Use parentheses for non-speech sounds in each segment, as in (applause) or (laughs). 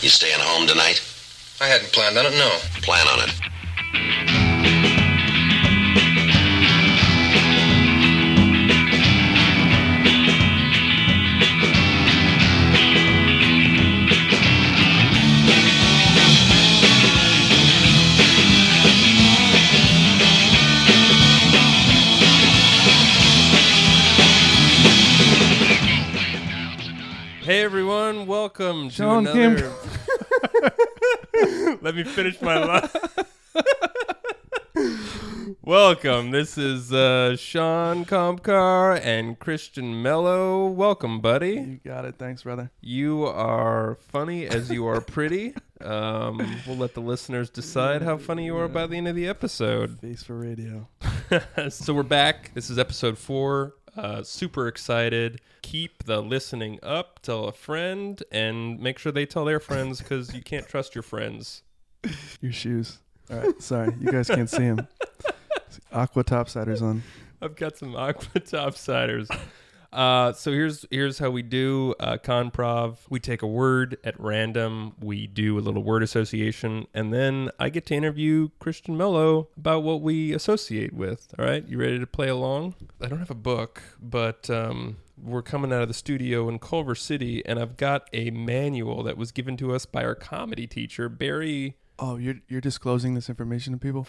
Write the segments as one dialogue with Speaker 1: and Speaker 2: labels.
Speaker 1: You staying home tonight?
Speaker 2: I hadn't planned on it, no.
Speaker 1: Plan on it.
Speaker 3: Hey everyone, welcome to
Speaker 4: Sean
Speaker 3: another. (laughs) Let me finish my line. (laughs) welcome. This is uh, Sean Compcar and Christian Mello. Welcome, buddy.
Speaker 4: You got it. Thanks, brother.
Speaker 3: You are funny as you are pretty. Um, we'll let the listeners decide how funny you are by the end of the episode.
Speaker 4: Face for radio. (laughs)
Speaker 3: (laughs) so we're back. This is episode four. Uh, super excited. Keep the listening up. Tell a friend and make sure they tell their friends because you can't trust your friends.
Speaker 4: Your shoes. All right. Sorry. You guys can't see him. (laughs) Aqua topsiders on.
Speaker 3: I've got some (laughs) aqua topsiders. Uh, so here's here's how we do uh, conprov. We take a word at random. We do a little word association, and then I get to interview Christian Mello about what we associate with. All right, you ready to play along? I don't have a book, but um, we're coming out of the studio in Culver City, and I've got a manual that was given to us by our comedy teacher Barry. (laughs)
Speaker 4: Oh, you're you're disclosing this information to people.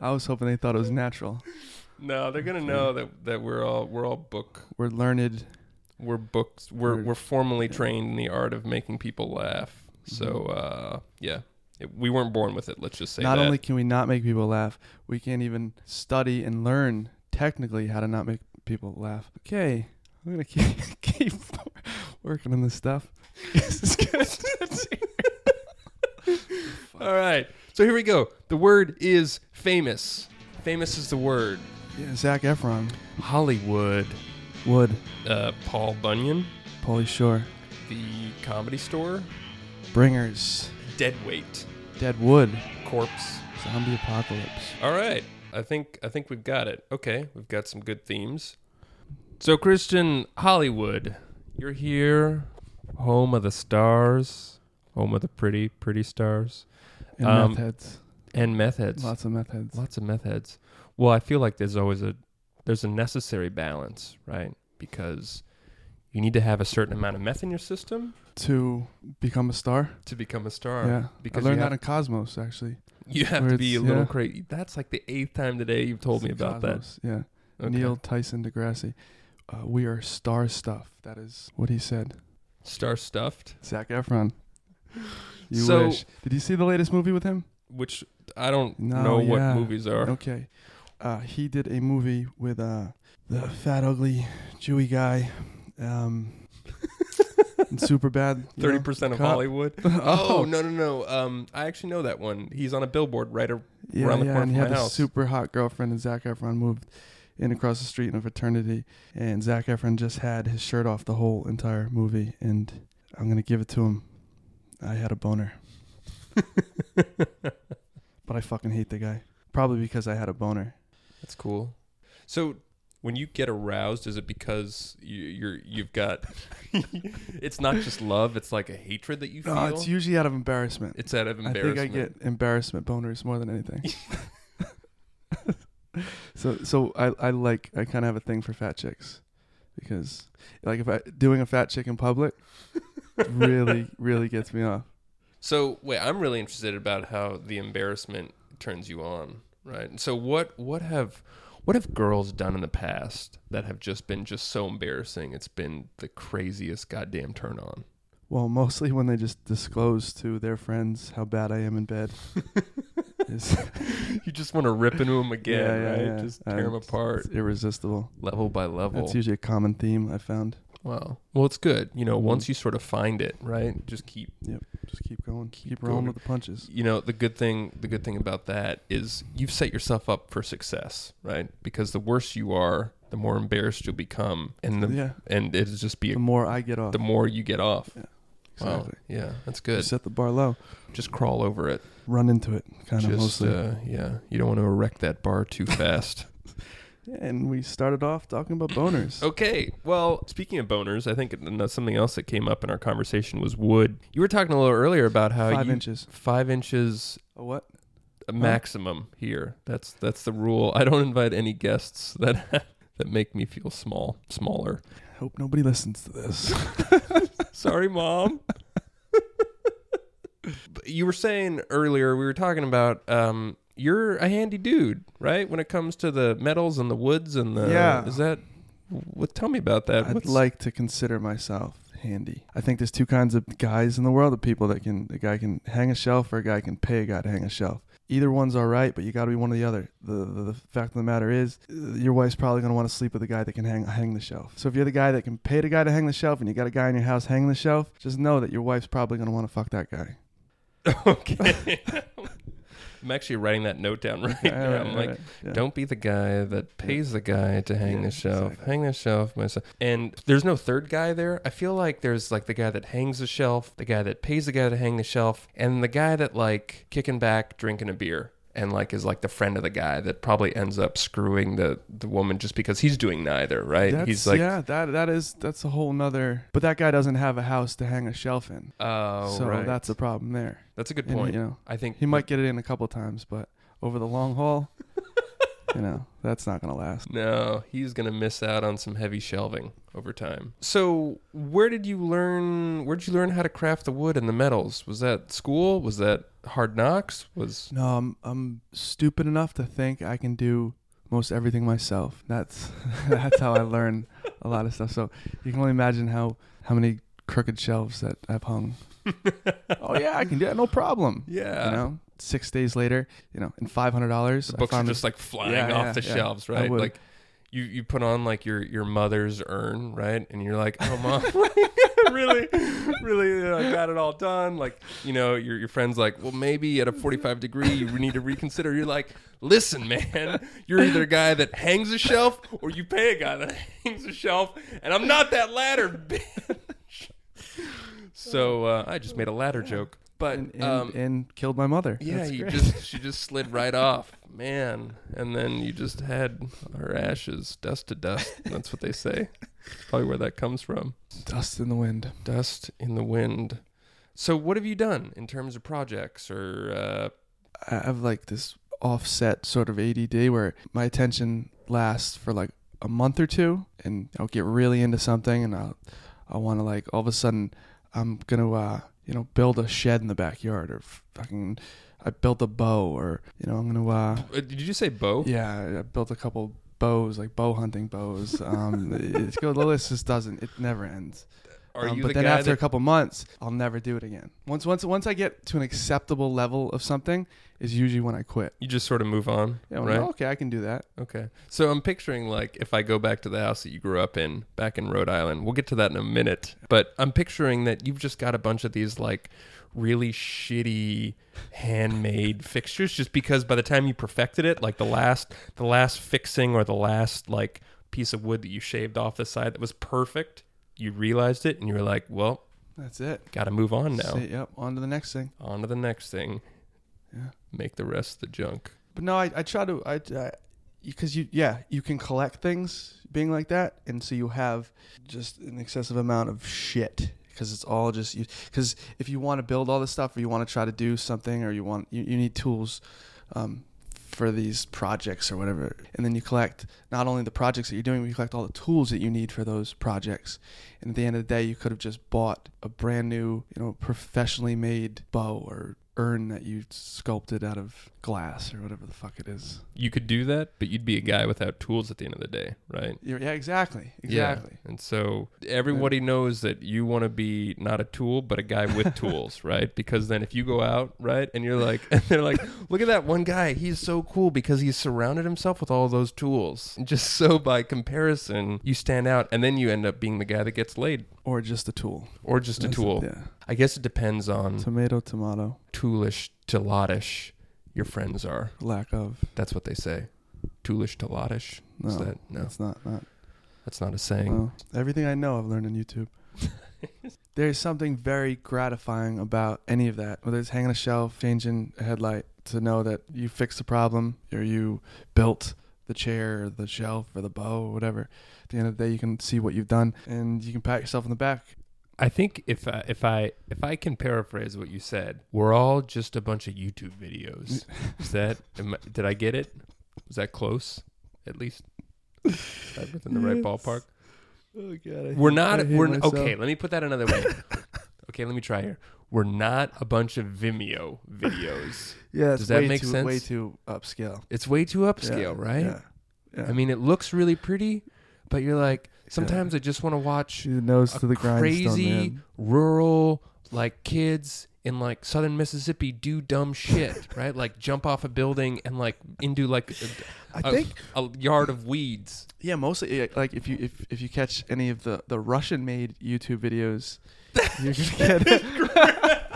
Speaker 4: I was hoping they thought it was natural.
Speaker 3: No, they're gonna know that that we're all we're all book
Speaker 4: We're learned.
Speaker 3: we're books we're
Speaker 4: We're-
Speaker 3: we're formally trained in the art of making people laugh so uh yeah It- we weren't born with it let's just say
Speaker 4: not
Speaker 3: that. (laughs)
Speaker 4: only (laughs) can we not make people laugh, we can't even study and learn technically how to not make people laugh. Okay, I'm gonna keep (laughs) keep working on this stuff. This is good.
Speaker 3: (laughs) all right so here we go the word is famous famous is the word
Speaker 4: yeah, Zach Efron,
Speaker 3: hollywood
Speaker 4: Wood,
Speaker 3: uh paul bunyan
Speaker 4: Paulie Shore,
Speaker 3: the comedy store
Speaker 4: Bringers,
Speaker 3: dead weight
Speaker 4: Dead Wood,
Speaker 3: corpse
Speaker 4: Zombie Apocalypse.
Speaker 3: all right i think i think we've got it okay we've got some good themes so christian hollywood you're here home of the stars home of the pretty pretty stars
Speaker 4: And
Speaker 3: Um,
Speaker 4: meth heads.
Speaker 3: and meth heads. Lots,
Speaker 4: Lots of meth heads.
Speaker 3: of meth heads. Well, I feel like there's always a there's a necessary balance, right? Because you need to have a certain amount of meth in your system
Speaker 4: To become a star.
Speaker 3: to become a star.
Speaker 4: yeah.
Speaker 3: because
Speaker 4: I learned
Speaker 3: you
Speaker 4: that
Speaker 3: have-
Speaker 4: in Cosmos, actually.
Speaker 3: You have
Speaker 4: Where
Speaker 3: to be a
Speaker 4: it's-
Speaker 3: little
Speaker 4: yeah.
Speaker 3: crazy. That's like the eighth time today you've told me about
Speaker 4: that. Yeah.
Speaker 3: that. Okay.
Speaker 4: Neil Tyson deGrasse. Uh, we are star stuff. That is what he said.
Speaker 3: Star stuffed,
Speaker 4: Zach Efron. You
Speaker 3: So-
Speaker 4: wish. Did you see the latest movie with him?
Speaker 3: which I don't
Speaker 4: No,
Speaker 3: know what
Speaker 4: yeah.
Speaker 3: movies are.
Speaker 4: Okay. Uh, he did a movie with uh, the fat, ugly, Jewy guy. Um, super bad.
Speaker 3: (laughs) (laughs) Thirty
Speaker 4: (laughs)
Speaker 3: percent of
Speaker 4: Cop.
Speaker 3: Hollywood. oh. no no no! Um, I actually know that one. He's on a billboard right (laughs) ar-
Speaker 4: Yeah,
Speaker 3: around the
Speaker 4: yeah,
Speaker 3: corner
Speaker 4: and he
Speaker 3: from
Speaker 4: had
Speaker 3: my
Speaker 4: a
Speaker 3: house.
Speaker 4: super hot girlfriend, and Zach Efron moved in across the street in a fraternity, and Zach Efron just had his shirt off the whole entire movie, and I'm gonna give it to him. I had a boner, but I fucking hate the guy. Probably because I had a boner.
Speaker 3: That's cool. So when you get aroused, is it because you, you're you've
Speaker 4: (laughs)
Speaker 3: got? it's not just love; it's like a hatred that you feel.
Speaker 4: No, Uh, it's usually out of embarrassment.
Speaker 3: It's out of
Speaker 4: I think
Speaker 3: embarrassment.
Speaker 4: I get embarrassment boners more
Speaker 3: (laughs)
Speaker 4: than anything. (laughs) so so I, I like I kind of have a thing for fat chicks because like if I doing a fat chick in
Speaker 3: (laughs)
Speaker 4: public really really gets me off.
Speaker 3: So wait, I'm really interested about how the embarrassment turns you on, right? And So what what have what have girls done in the past that have just been just so embarrassing? It's been the craziest goddamn turn
Speaker 4: (laughs)
Speaker 3: on.
Speaker 4: Well, mostly when they just disclose to their friends how bad I am in bed. it's,
Speaker 3: (laughs) You just want to rip into them again,
Speaker 4: Yeah, yeah,
Speaker 3: right?
Speaker 4: yeah.
Speaker 3: Just tear them
Speaker 4: Um,
Speaker 3: apart,
Speaker 4: it's irresistible.
Speaker 3: level by level.
Speaker 4: That's usually a common theme I found.
Speaker 3: Wow. Well, it's good. You know,
Speaker 4: Mm-hmm.
Speaker 3: once you sort of find it, right? Just keep.
Speaker 4: Just keep going, keep,
Speaker 3: going.
Speaker 4: rolling with the punches.
Speaker 3: You know, the good thing. The good thing about that is you've set yourself up for success, right? Because the worse you are, the more embarrassed you'll become, and the
Speaker 4: yeah,
Speaker 3: and it'll just be
Speaker 4: the more I get off.
Speaker 3: the more you get off.
Speaker 4: Yeah,
Speaker 3: Wow.
Speaker 4: exactly.
Speaker 3: Yeah, that's
Speaker 4: You
Speaker 3: good.
Speaker 4: set the bar low.
Speaker 3: Just crawl over it.
Speaker 4: Run into it, kind of
Speaker 3: Just
Speaker 4: mostly. (laughs)
Speaker 3: uh, yeah, you don't want to erect that bar too fast.
Speaker 4: Yeah, and we started off talking about boners.
Speaker 3: Okay. Well, speaking of boners, I think n- something else that came up in our conversation was wood. You were talking a little earlier about how
Speaker 4: Five
Speaker 3: you,
Speaker 4: inches.
Speaker 3: five inches
Speaker 4: Oh, what?
Speaker 3: maximum here. That's that's the rule. I don't invite any guests that (laughs) that make me feel small,
Speaker 4: (laughs)
Speaker 3: smaller.
Speaker 4: I hope nobody listens to this.
Speaker 3: Sorry, mom. But you were saying earlier we were talking about um, you're a handy dude, right? When it comes to the metals and the woods and the
Speaker 4: Yeah.
Speaker 3: is that what? Tell me about that.
Speaker 4: I'd
Speaker 3: Uh, What's-
Speaker 4: like to consider myself handy. I think there's two kinds of guys in the world: the people that can, the guy can hang a shelf, or a guy can pay a guy to hang a shelf. Either one's all right, but you got to be one or the other. The, the the fact of the matter is, uh, your wife's probably gonna want to sleep with the guy that can hang hang the shelf. So if you're the guy that can pay the guy to hang the shelf, and you got a guy in your house hanging the shelf, just know that your wife's probably gonna want to fuck that
Speaker 3: (laughs)
Speaker 4: guy.
Speaker 3: (laughs) okay. (laughs) I'm actually writing that note down right
Speaker 4: (laughs) All
Speaker 3: now.
Speaker 4: right,
Speaker 3: I'm
Speaker 4: all
Speaker 3: like,
Speaker 4: right, yeah.
Speaker 3: don't be the guy that pays the guy to hang
Speaker 4: Yeah,
Speaker 3: the shelf.
Speaker 4: exactly.
Speaker 3: Hang the shelf myself. And there's no third guy there. I feel like there's like the guy that hangs the shelf, the guy that pays the guy to hang the shelf, and the guy that like kicking back, drinking a beer. And like is like the friend of the guy that probably ends up screwing the the woman just because he's doing neither, right?
Speaker 4: That's,
Speaker 3: he's like,
Speaker 4: yeah, that that is that's a whole nother. But that guy doesn't have a house to hang a shelf in,
Speaker 3: oh,
Speaker 4: so
Speaker 3: right.
Speaker 4: that's a problem there.
Speaker 3: that's a good
Speaker 4: And,
Speaker 3: point.
Speaker 4: you know,
Speaker 3: I think (laughs)
Speaker 4: He might (laughs) get it in a couple times, but over the long haul, you (laughs) know, that's not going to last.
Speaker 3: No, he's gonna miss out on some heavy shelving over time. So, where did you learn? Where did you learn how to craft the wood and the metals? Was that school? Was that hard knocks? Was
Speaker 4: No, I'm I'm stupid enough to think I can do most everything myself. That's (laughs) that's how I learn a lot
Speaker 3: (laughs)
Speaker 4: of stuff. So, you can only imagine how how many crooked shelves that I've hung. oh yeah, I can do that. No (laughs) problem.
Speaker 3: yeah,
Speaker 4: You know, 6 days later, you know, and $500,
Speaker 3: the
Speaker 4: I
Speaker 3: books are
Speaker 4: found
Speaker 3: just like flying
Speaker 4: Yeah,
Speaker 3: off
Speaker 4: yeah,
Speaker 3: the
Speaker 4: yeah.
Speaker 3: shelves,
Speaker 4: I
Speaker 3: right?
Speaker 4: would.
Speaker 3: Like you you put on like your your mother's urn, right? And you're like, oh
Speaker 4: (laughs)
Speaker 3: mom, (laughs) really, really, uh, got it all done. Like you know, your your friend's like, well, maybe at a 45 degree, you need to reconsider. You're like, listen, man, you're either a guy that hangs a shelf or you pay a guy that (laughs) hangs a shelf, and I'm not that latter (laughs) bitch. So uh, I just made a ladder joke, but
Speaker 4: and, and,
Speaker 3: um,
Speaker 4: and killed my mother.
Speaker 3: yeah,
Speaker 4: That's
Speaker 3: you
Speaker 4: great.
Speaker 3: just she just slid right off, man. And then you just had her ashes, dust to dust. That's what they say. That's probably where that comes from.
Speaker 4: (laughs) dust in the wind.
Speaker 3: Dust in the wind. So, what have you done in terms of projects or? Uh,
Speaker 4: I have like this offset sort of ADD where my attention lasts for like a month or two, and I'll get really into something, and I'll I want to like all of a sudden I'm gonna uh, you know build a shed in the backyard or fucking I built a bow or you know I'm gonna uh,
Speaker 3: uh, did you say bow?
Speaker 4: yeah, I built a couple bows like bow hunting bows. Um, (laughs) it's good. The list just doesn't. It never ends.
Speaker 3: Are
Speaker 4: Um,
Speaker 3: you
Speaker 4: but
Speaker 3: the
Speaker 4: then
Speaker 3: guy
Speaker 4: after a
Speaker 3: that?
Speaker 4: couple months, I'll never do it again. Once once once I get to an acceptable level of something is usually when I quit.
Speaker 3: You just sort of move on,
Speaker 4: Yeah, well,
Speaker 3: right?
Speaker 4: no, okay, I can do that.
Speaker 3: Okay. So I'm picturing like if I go back to the house that you grew up in back in Rhode Island. We'll get to that in a minute, but I'm picturing that you've just got a bunch of these like really shitty handmade (laughs) fixtures just because by the time you perfected it, like the last the last fixing or the last like piece of wood that you shaved off the side that was perfect, you realized it and you were like, "Well,
Speaker 4: That's it.
Speaker 3: got to move on now.
Speaker 4: Say, yep, on to the next thing.
Speaker 3: On to the next thing."
Speaker 4: Yeah.
Speaker 3: Make the rest the junk.
Speaker 4: But no, I, I try to I because you yeah you can collect things being like that, and so you have just an excessive amount of shit because it's all just you. Because if you want to build all this stuff, or you want to try to do something, or you want you, you need tools. Um, for these projects or whatever, and then you collect not only the projects that you're doing, but you collect all the tools that you need for those projects. And at the end of the day, you could have just bought a brand new, you know, professionally made bow or urn that you sculpted out of glass or whatever the fuck it is.
Speaker 3: You could do that, but you'd be a guy without tools at the end of the day, right?
Speaker 4: You're, yeah, exactly,
Speaker 3: Yeah.
Speaker 4: exactly.
Speaker 3: And so everybody knows that you want to be not a tool, but a guy with tools, (laughs) right? Because then if you go out, right, and you're like, (laughs) and they're like, look at that one guy. He's so cool because he's surrounded himself with all those tools. And just (laughs) so by comparison, you stand out, and then you end up being the guy that gets laid
Speaker 4: Or just a tool.
Speaker 3: or just a
Speaker 4: That's-
Speaker 3: tool. Mm.
Speaker 4: Yeah.
Speaker 3: I guess it depends on
Speaker 4: Tomato, tomato.
Speaker 3: toolish to lottish your friends are.
Speaker 4: Lack of.
Speaker 3: That's what they say. Toolish to lottish.
Speaker 4: No,
Speaker 3: Is that no?
Speaker 4: it's not. Not.
Speaker 3: That's not a saying.
Speaker 4: No. Everything I know, I've learned on YouTube.
Speaker 3: (laughs)
Speaker 4: There's something very gratifying about any of that, whether it's hanging a shelf, changing a headlight, to know that you fixed a problem or you built the chair or the shelf or the bow or whatever. At the end of the day, you can see what you've done and you can pat yourself on the back.
Speaker 3: I think if I, if I if I can paraphrase what you said, we're all just a bunch of YouTube
Speaker 4: (laughs)
Speaker 3: videos. Is that am I- did I get it? Was that close? At least Is that within the right
Speaker 4: Yes.
Speaker 3: ballpark.
Speaker 4: Oh god, I
Speaker 3: We're not. We're n- okay. Let me put that another way. okay, let me try here. We're not a bunch of Vimeo videos.
Speaker 4: Yeah,
Speaker 3: Does
Speaker 4: it's
Speaker 3: that
Speaker 4: way
Speaker 3: make
Speaker 4: too,
Speaker 3: sense?
Speaker 4: Way too upscale.
Speaker 3: It's way too
Speaker 4: Yeah,
Speaker 3: upscale, right?
Speaker 4: Yeah. yeah.
Speaker 3: I mean, it looks really pretty, but you're like sometimes I just want to watch
Speaker 4: Shoot the nose
Speaker 3: a
Speaker 4: to the grindstone.
Speaker 3: crazy
Speaker 4: man.
Speaker 3: rural like kids in like southern Mississippi do dumb
Speaker 4: (laughs)
Speaker 3: shit, right? Like jump off a building and like into like a,
Speaker 4: I think
Speaker 3: a yard of
Speaker 4: (laughs)
Speaker 3: weeds.
Speaker 4: yeah, mostly yeah, like if you if, if you catch any of the the Russian made YouTube videos, you're
Speaker 3: (laughs)
Speaker 4: gonna get (laughs)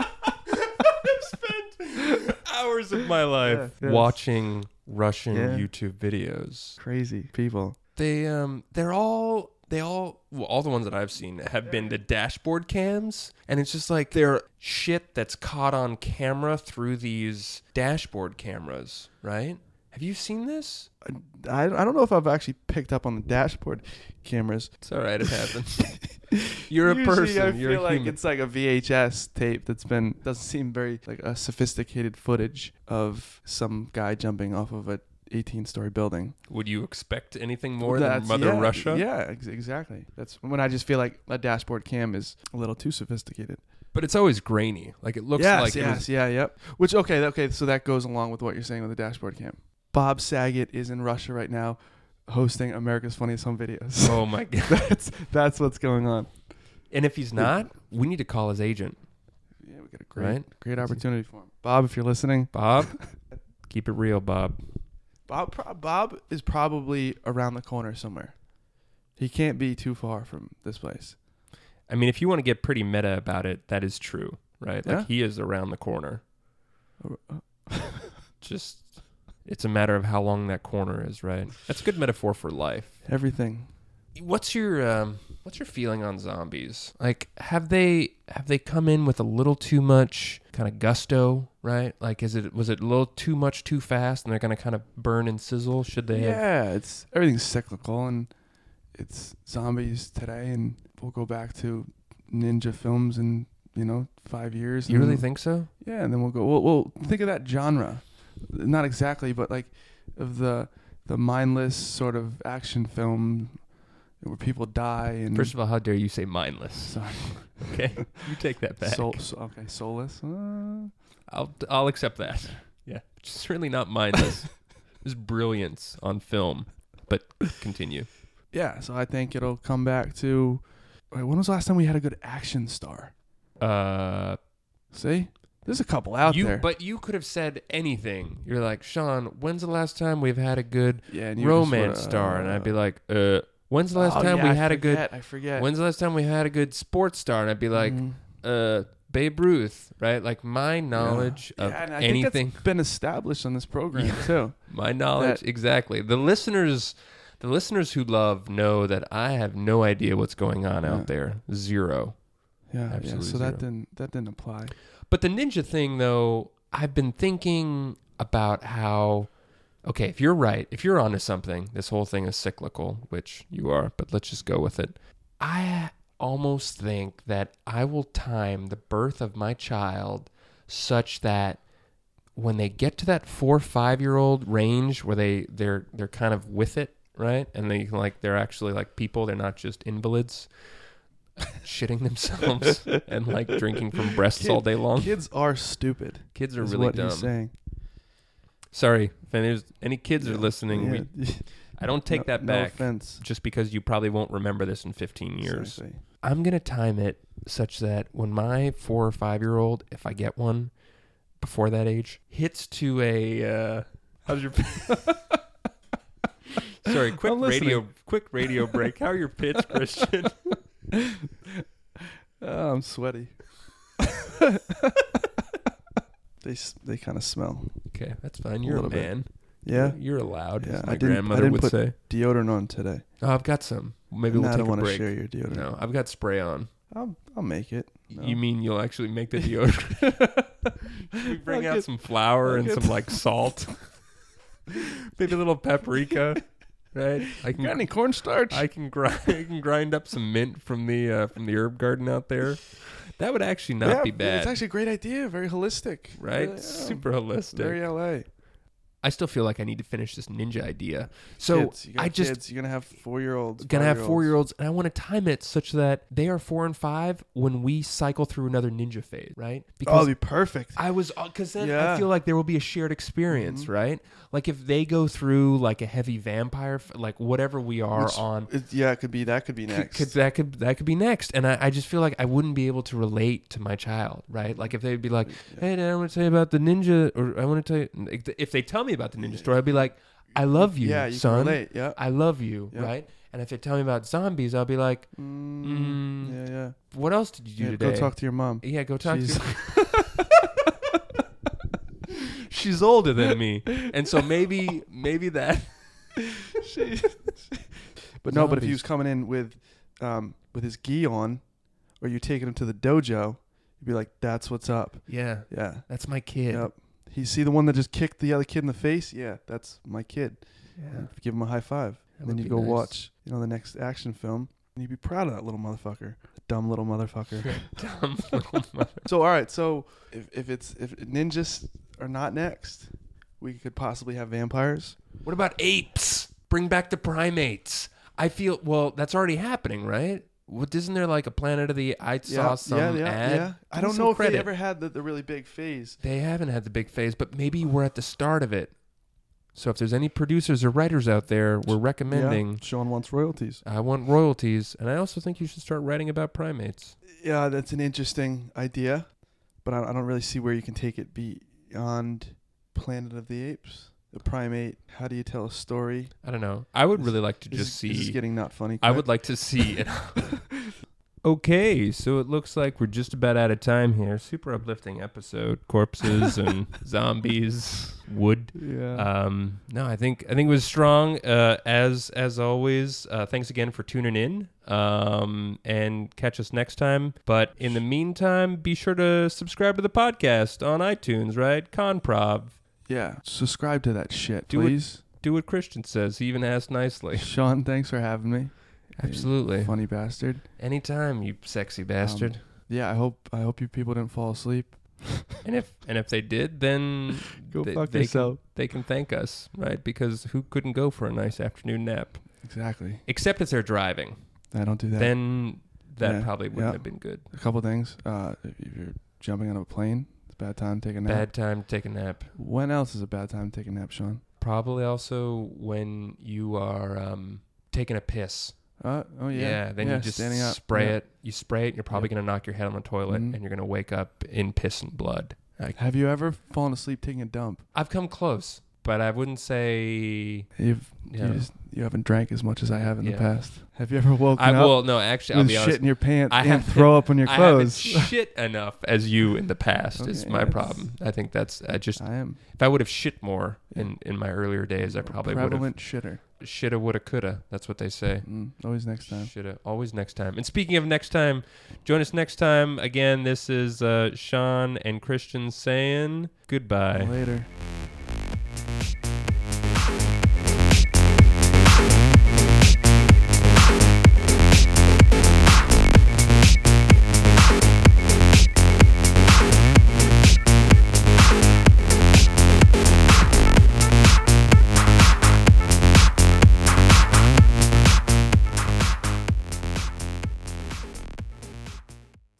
Speaker 3: Hours of my life
Speaker 4: Yeah, yes.
Speaker 3: watching Russian
Speaker 4: Yeah.
Speaker 3: YouTube videos.
Speaker 4: crazy people.
Speaker 3: They um they're all they all well, all the ones that I've seen have been the dashboard cams and it's just like they're shit that's caught on camera through these dashboard cameras, right? Have you seen this?
Speaker 4: I, I don't know if I've actually picked up on the dashboard cameras.
Speaker 3: It's all
Speaker 4: (laughs)
Speaker 3: right, it happens. You're a
Speaker 4: Usually
Speaker 3: person,
Speaker 4: I
Speaker 3: you're a
Speaker 4: feel like
Speaker 3: human.
Speaker 4: it's like a VHS tape that's been doesn't seem very like a sophisticated footage of some guy jumping off of a 18 story building.
Speaker 3: Would you expect anything more
Speaker 4: That's-
Speaker 3: than Mother
Speaker 4: yeah,
Speaker 3: Russia?
Speaker 4: Yeah, ex- exactly. That's when I just feel like a dashboard cam is a little too sophisticated.
Speaker 3: But it's always grainy. Like it looks
Speaker 4: yes,
Speaker 3: like it
Speaker 4: yes,
Speaker 3: was
Speaker 4: yeah, yep. Which okay, okay. So that goes along with what you're saying with the dashboard cam. Bob Saget is in Russia right now, hosting America's Funniest
Speaker 3: (laughs)
Speaker 4: Home Videos.
Speaker 3: Oh my god.
Speaker 4: that's that's what's going on.
Speaker 3: And if he's not, we need to call his agent.
Speaker 4: Yeah, we got a great,
Speaker 3: Right.
Speaker 4: great opportunity for him. Bob, if you're listening, (laughs)
Speaker 3: Bob, keep it real, Bob.
Speaker 4: Bob, pro- Bob is probably around the corner somewhere. He can't be too far from this place.
Speaker 3: I mean, if you want to get pretty meta about it, that is true, right? Like
Speaker 4: Yeah.
Speaker 3: he is around the corner.
Speaker 4: Oh, oh.
Speaker 3: (laughs) Just it's a matter of how long that corner is, right? That's a good metaphor for life.
Speaker 4: Everything.
Speaker 3: What's your um, what's your feeling on zombies? Like, have they have they come in with a little too much kind of gusto, right? Like, is it was it a little too much too fast, and they're gonna kind of burn and sizzle? Should they? Have,
Speaker 4: yeah, it's everything's cyclical and it's zombies today and we'll go back to ninja films in, you know, 5 years.
Speaker 3: you
Speaker 4: and
Speaker 3: really
Speaker 4: then-
Speaker 3: think so?
Speaker 4: Yeah, and then we'll go well, well think of that genre. Not exactly, but like of the the mindless sort of action film where people die and
Speaker 3: First of all, how dare you say mindless? (laughs)
Speaker 4: (laughs) sorry,
Speaker 3: Okay, you take that back.
Speaker 4: soul, so, okay, soulless. Uh,
Speaker 3: I'll I'll accept that. (laughs) Yeah, just really not (laughs) mindless. Just brilliance on film. But continue.
Speaker 4: yeah, so I think it'll come back to wait, when was the last time we had a good action star?
Speaker 3: Uh,
Speaker 4: See? There's a couple out
Speaker 3: you
Speaker 4: there.
Speaker 3: but you could have said anything. You're like Sean. When's the last time we've had a good
Speaker 4: yeah, and you just
Speaker 3: romance
Speaker 4: sorta-
Speaker 3: star? And I'd be like, uh, when's the last
Speaker 4: Oh,
Speaker 3: time
Speaker 4: yeah,
Speaker 3: we
Speaker 4: I
Speaker 3: had a good
Speaker 4: forget, I forget.
Speaker 3: When's the last time we had a good sports star? And I'd be like,
Speaker 4: Mhm.
Speaker 3: uh, Babe Ruth, right? Like my knowledge
Speaker 4: Yeah,
Speaker 3: of
Speaker 4: and I think that's
Speaker 3: anything,
Speaker 4: been established on this program too.
Speaker 3: my knowledge exactly. The listeners, the listeners who love know that I have no idea what's going on
Speaker 4: Yeah.
Speaker 3: out there. Zero.
Speaker 4: (laughs) Yeah, yeah.
Speaker 3: Absolutely
Speaker 4: So
Speaker 3: zero.
Speaker 4: that didn't that didn't apply.
Speaker 3: But the ninja thing, though, I've been thinking about how, okay, if you're right, if you're onto something, this whole thing is cyclical, which you are, but let's just go with it. I almost think that I will time the birth of my child such that when they get to that four five year old range where they they're they're kind of with it right and they like they're actually like people they're not just invalids (laughs) shitting themselves and like drinking from breasts all day long
Speaker 4: Kids are stupid.
Speaker 3: Kids are
Speaker 4: is
Speaker 3: really
Speaker 4: what
Speaker 3: dumb.
Speaker 4: he's saying.
Speaker 3: Sorry, if there's any kids are listening,
Speaker 4: Yeah. (laughs)
Speaker 3: we, I don't take
Speaker 4: No-
Speaker 3: that
Speaker 4: no
Speaker 3: back.
Speaker 4: offense.
Speaker 3: just because you probably won't remember this in 15 years.
Speaker 4: Seriously.
Speaker 3: I'm going to time it such that when my four or five year old, if I get one before that age, hits to a. Uh, how's your. (laughs) Sorry, quick
Speaker 4: I'm listening.
Speaker 3: radio, quick radio break. How are your pits,
Speaker 4: (laughs)
Speaker 3: Christian?
Speaker 4: Oh,
Speaker 3: (laughs)
Speaker 4: I'm sweaty. they s- they kind of smell.
Speaker 3: okay, that's fine. You're a,
Speaker 4: little bit.
Speaker 3: man.
Speaker 4: Yeah.
Speaker 3: you're allowed.
Speaker 4: Yeah,
Speaker 3: as
Speaker 4: I
Speaker 3: my
Speaker 4: didn't- I
Speaker 3: grandmother
Speaker 4: didn't
Speaker 3: would
Speaker 4: put-
Speaker 3: say.
Speaker 4: Deodorant on today.
Speaker 3: Oh, I've got some. Maybe
Speaker 4: And
Speaker 3: we'll
Speaker 4: I don't
Speaker 3: take a
Speaker 4: wanna
Speaker 3: break.
Speaker 4: share your deodorant.
Speaker 3: No, I've got spray on.
Speaker 4: I'll I'll make it. No.
Speaker 3: You mean you'll actually make (laughs) the deodorant? Should we bring
Speaker 4: I'll
Speaker 3: out
Speaker 4: get-
Speaker 3: some flour
Speaker 4: I'll
Speaker 3: and
Speaker 4: get-
Speaker 3: some like salt. Maybe a little paprika, right? I
Speaker 4: Got
Speaker 3: can
Speaker 4: any cornstarch?
Speaker 3: I can grind (laughs) I can grind up some mint from the uh, from the herb garden out there. That would actually not
Speaker 4: Yeah,
Speaker 3: be bad,
Speaker 4: It's actually a great idea. Very holistic.
Speaker 3: right?
Speaker 4: Yeah.
Speaker 3: Super holistic.
Speaker 4: Very LA.
Speaker 3: I still feel like I need to finish this ninja idea. So
Speaker 4: kids. You got
Speaker 3: I just
Speaker 4: kids. You're gonna have four year olds.
Speaker 3: gonna have four year olds, and I want to time it such that they are four and five when we cycle through another ninja phase, right?
Speaker 4: Oh,
Speaker 3: Because
Speaker 4: that'd be perfect.
Speaker 3: I was because then I
Speaker 4: Yeah. Mm-hmm.
Speaker 3: feel like there will be a shared experience, right? Like if they go through like a heavy vampire, f- like whatever we are
Speaker 4: Which
Speaker 3: on.
Speaker 4: It- yeah, it could be that. Could be
Speaker 3: Could,
Speaker 4: next.
Speaker 3: could that could that could be next, and I, I just feel like I wouldn't be able to relate to my child, right? Like if they'd be like, "Hey, Dad, I want to tell you about the ninja," or "I want to tell you," if they tell me about the ninja story, I'd be like, "I love you,
Speaker 4: yeah, you
Speaker 3: son.
Speaker 4: can relate. Yeah.
Speaker 3: I love you,
Speaker 4: Yeah.
Speaker 3: right? And if they tell me about zombies, I'll be like, Mm.
Speaker 4: Yeah, yeah.
Speaker 3: "What else did you do
Speaker 4: Yeah,
Speaker 3: today?"
Speaker 4: Go talk to your mom.
Speaker 3: yeah, go talk.
Speaker 4: She's-
Speaker 3: To (laughs) She's older than me, and so maybe maybe that. (laughs)
Speaker 4: But no, but if
Speaker 3: Zombies.
Speaker 4: he was coming in with, um, with his gi on, or you taking him to the dojo, you'd be like, "That's what's up."
Speaker 3: Yeah,
Speaker 4: Yeah.
Speaker 3: that's my kid.
Speaker 4: Yep. He see the one that just kicked the other kid in the face. Yeah, that's my kid. And Give him a high five. And then
Speaker 3: would be
Speaker 4: you go
Speaker 3: nice.
Speaker 4: watch, you know, the next action film, and you'd be proud of that little motherfucker, dumb
Speaker 3: (laughs)
Speaker 4: little motherfucker.
Speaker 3: Dumb little mother.
Speaker 4: so, all right, so if, if it's if ninjas are not next, we could possibly have vampires.
Speaker 3: What about apes? Bring back the primates. I feel well. That's already happening, right? What isn't there like a Planet of the? I saw some ad.
Speaker 4: I
Speaker 3: Give
Speaker 4: don't
Speaker 3: me some
Speaker 4: know if
Speaker 3: credit.
Speaker 4: they ever had the, the really big phase.
Speaker 3: They haven't had the big phase, but maybe we're at the start of it. So if there's any producers or writers out there, we're recommending.
Speaker 4: Sean wants royalties.
Speaker 3: I want royalties, and I also think you should start writing about primates.
Speaker 4: Yeah, that's an interesting idea, but I, I don't really see where you can take it beyond Planet of the Apes, the primate. How do you tell a story?
Speaker 3: I don't know. I would
Speaker 4: This-
Speaker 3: really like to
Speaker 4: This
Speaker 3: just
Speaker 4: is- This is
Speaker 3: see.
Speaker 4: getting not funny.
Speaker 3: I
Speaker 4: quick.
Speaker 3: would like to see.
Speaker 4: (laughs)
Speaker 3: An okay, so it looks like we're just about out of time here. Super uplifting episode: corpses
Speaker 4: (laughs)
Speaker 3: and zombies, wood.
Speaker 4: Yeah.
Speaker 3: Um, no, I think I think it was strong. Uh, as as always, uh, thanks again for tuning in. Um, and catch us next time. But in the meantime, be sure to subscribe to the podcast on iTunes. Right, Conprov.
Speaker 4: yeah. Subscribe to that shit,
Speaker 3: Do it-
Speaker 4: please.
Speaker 3: Do what Christian says. He even asked nicely.
Speaker 4: Sean, thanks for having me. You
Speaker 3: Absolutely.
Speaker 4: Funny bastard.
Speaker 3: Anytime, you sexy
Speaker 4: Um,
Speaker 3: bastard.
Speaker 4: Yeah, I hope I hope you people didn't
Speaker 3: (laughs)
Speaker 4: fall asleep.
Speaker 3: and if and if they did, then
Speaker 4: (laughs) Go
Speaker 3: they,
Speaker 4: fuck
Speaker 3: they
Speaker 4: yourself.
Speaker 3: Can, they can thank us, right? Because who couldn't go for a nice afternoon nap?
Speaker 4: Exactly.
Speaker 3: Except if they're driving,
Speaker 4: I don't do that.
Speaker 3: then that
Speaker 4: Yeah,
Speaker 3: probably wouldn't
Speaker 4: yeah.
Speaker 3: have been good.
Speaker 4: a couple things. Uh, if if you're jumping out of a plane, it's a bad time to take a nap.
Speaker 3: Bad time to take a nap.
Speaker 4: When else is a bad time to take a nap, Sean?
Speaker 3: Probably also when you are um, taking a piss.
Speaker 4: Uh, oh yeah.
Speaker 3: then you just
Speaker 4: standing up.
Speaker 3: spray
Speaker 4: Yeah.
Speaker 3: it. You spray it, you're probably going to knock your head on the toilet
Speaker 4: Mhm.
Speaker 3: and you're going to wake up in piss and blood. I,
Speaker 4: Have you ever fallen asleep taking a dump?
Speaker 3: I've come close, but I wouldn't say.
Speaker 4: You've
Speaker 3: Yeah.
Speaker 4: you, just, you haven't drank as much as I have in
Speaker 3: Yeah.
Speaker 4: the past. Have you ever woken
Speaker 3: I,
Speaker 4: up
Speaker 3: well, no, actually, I'll
Speaker 4: with
Speaker 3: be honest.
Speaker 4: shit in your pants
Speaker 3: I
Speaker 4: and
Speaker 3: haven't-
Speaker 4: throw up on
Speaker 3: (laughs)
Speaker 4: your
Speaker 3: I haven't
Speaker 4: clothes?
Speaker 3: shit enough as you in the past is
Speaker 4: Okay,
Speaker 3: my
Speaker 4: that's-
Speaker 3: problem. I think that's I just
Speaker 4: I am
Speaker 3: if I would have shit more in in my earlier days, I probably would have
Speaker 4: prevalent shitter.
Speaker 3: shitta woulda coulda. That's what they say.
Speaker 4: Mm, always next time.
Speaker 3: Shoulda always next time. And speaking of next time, join us next time again. This is uh, Sean and Christian saying goodbye.
Speaker 4: Later.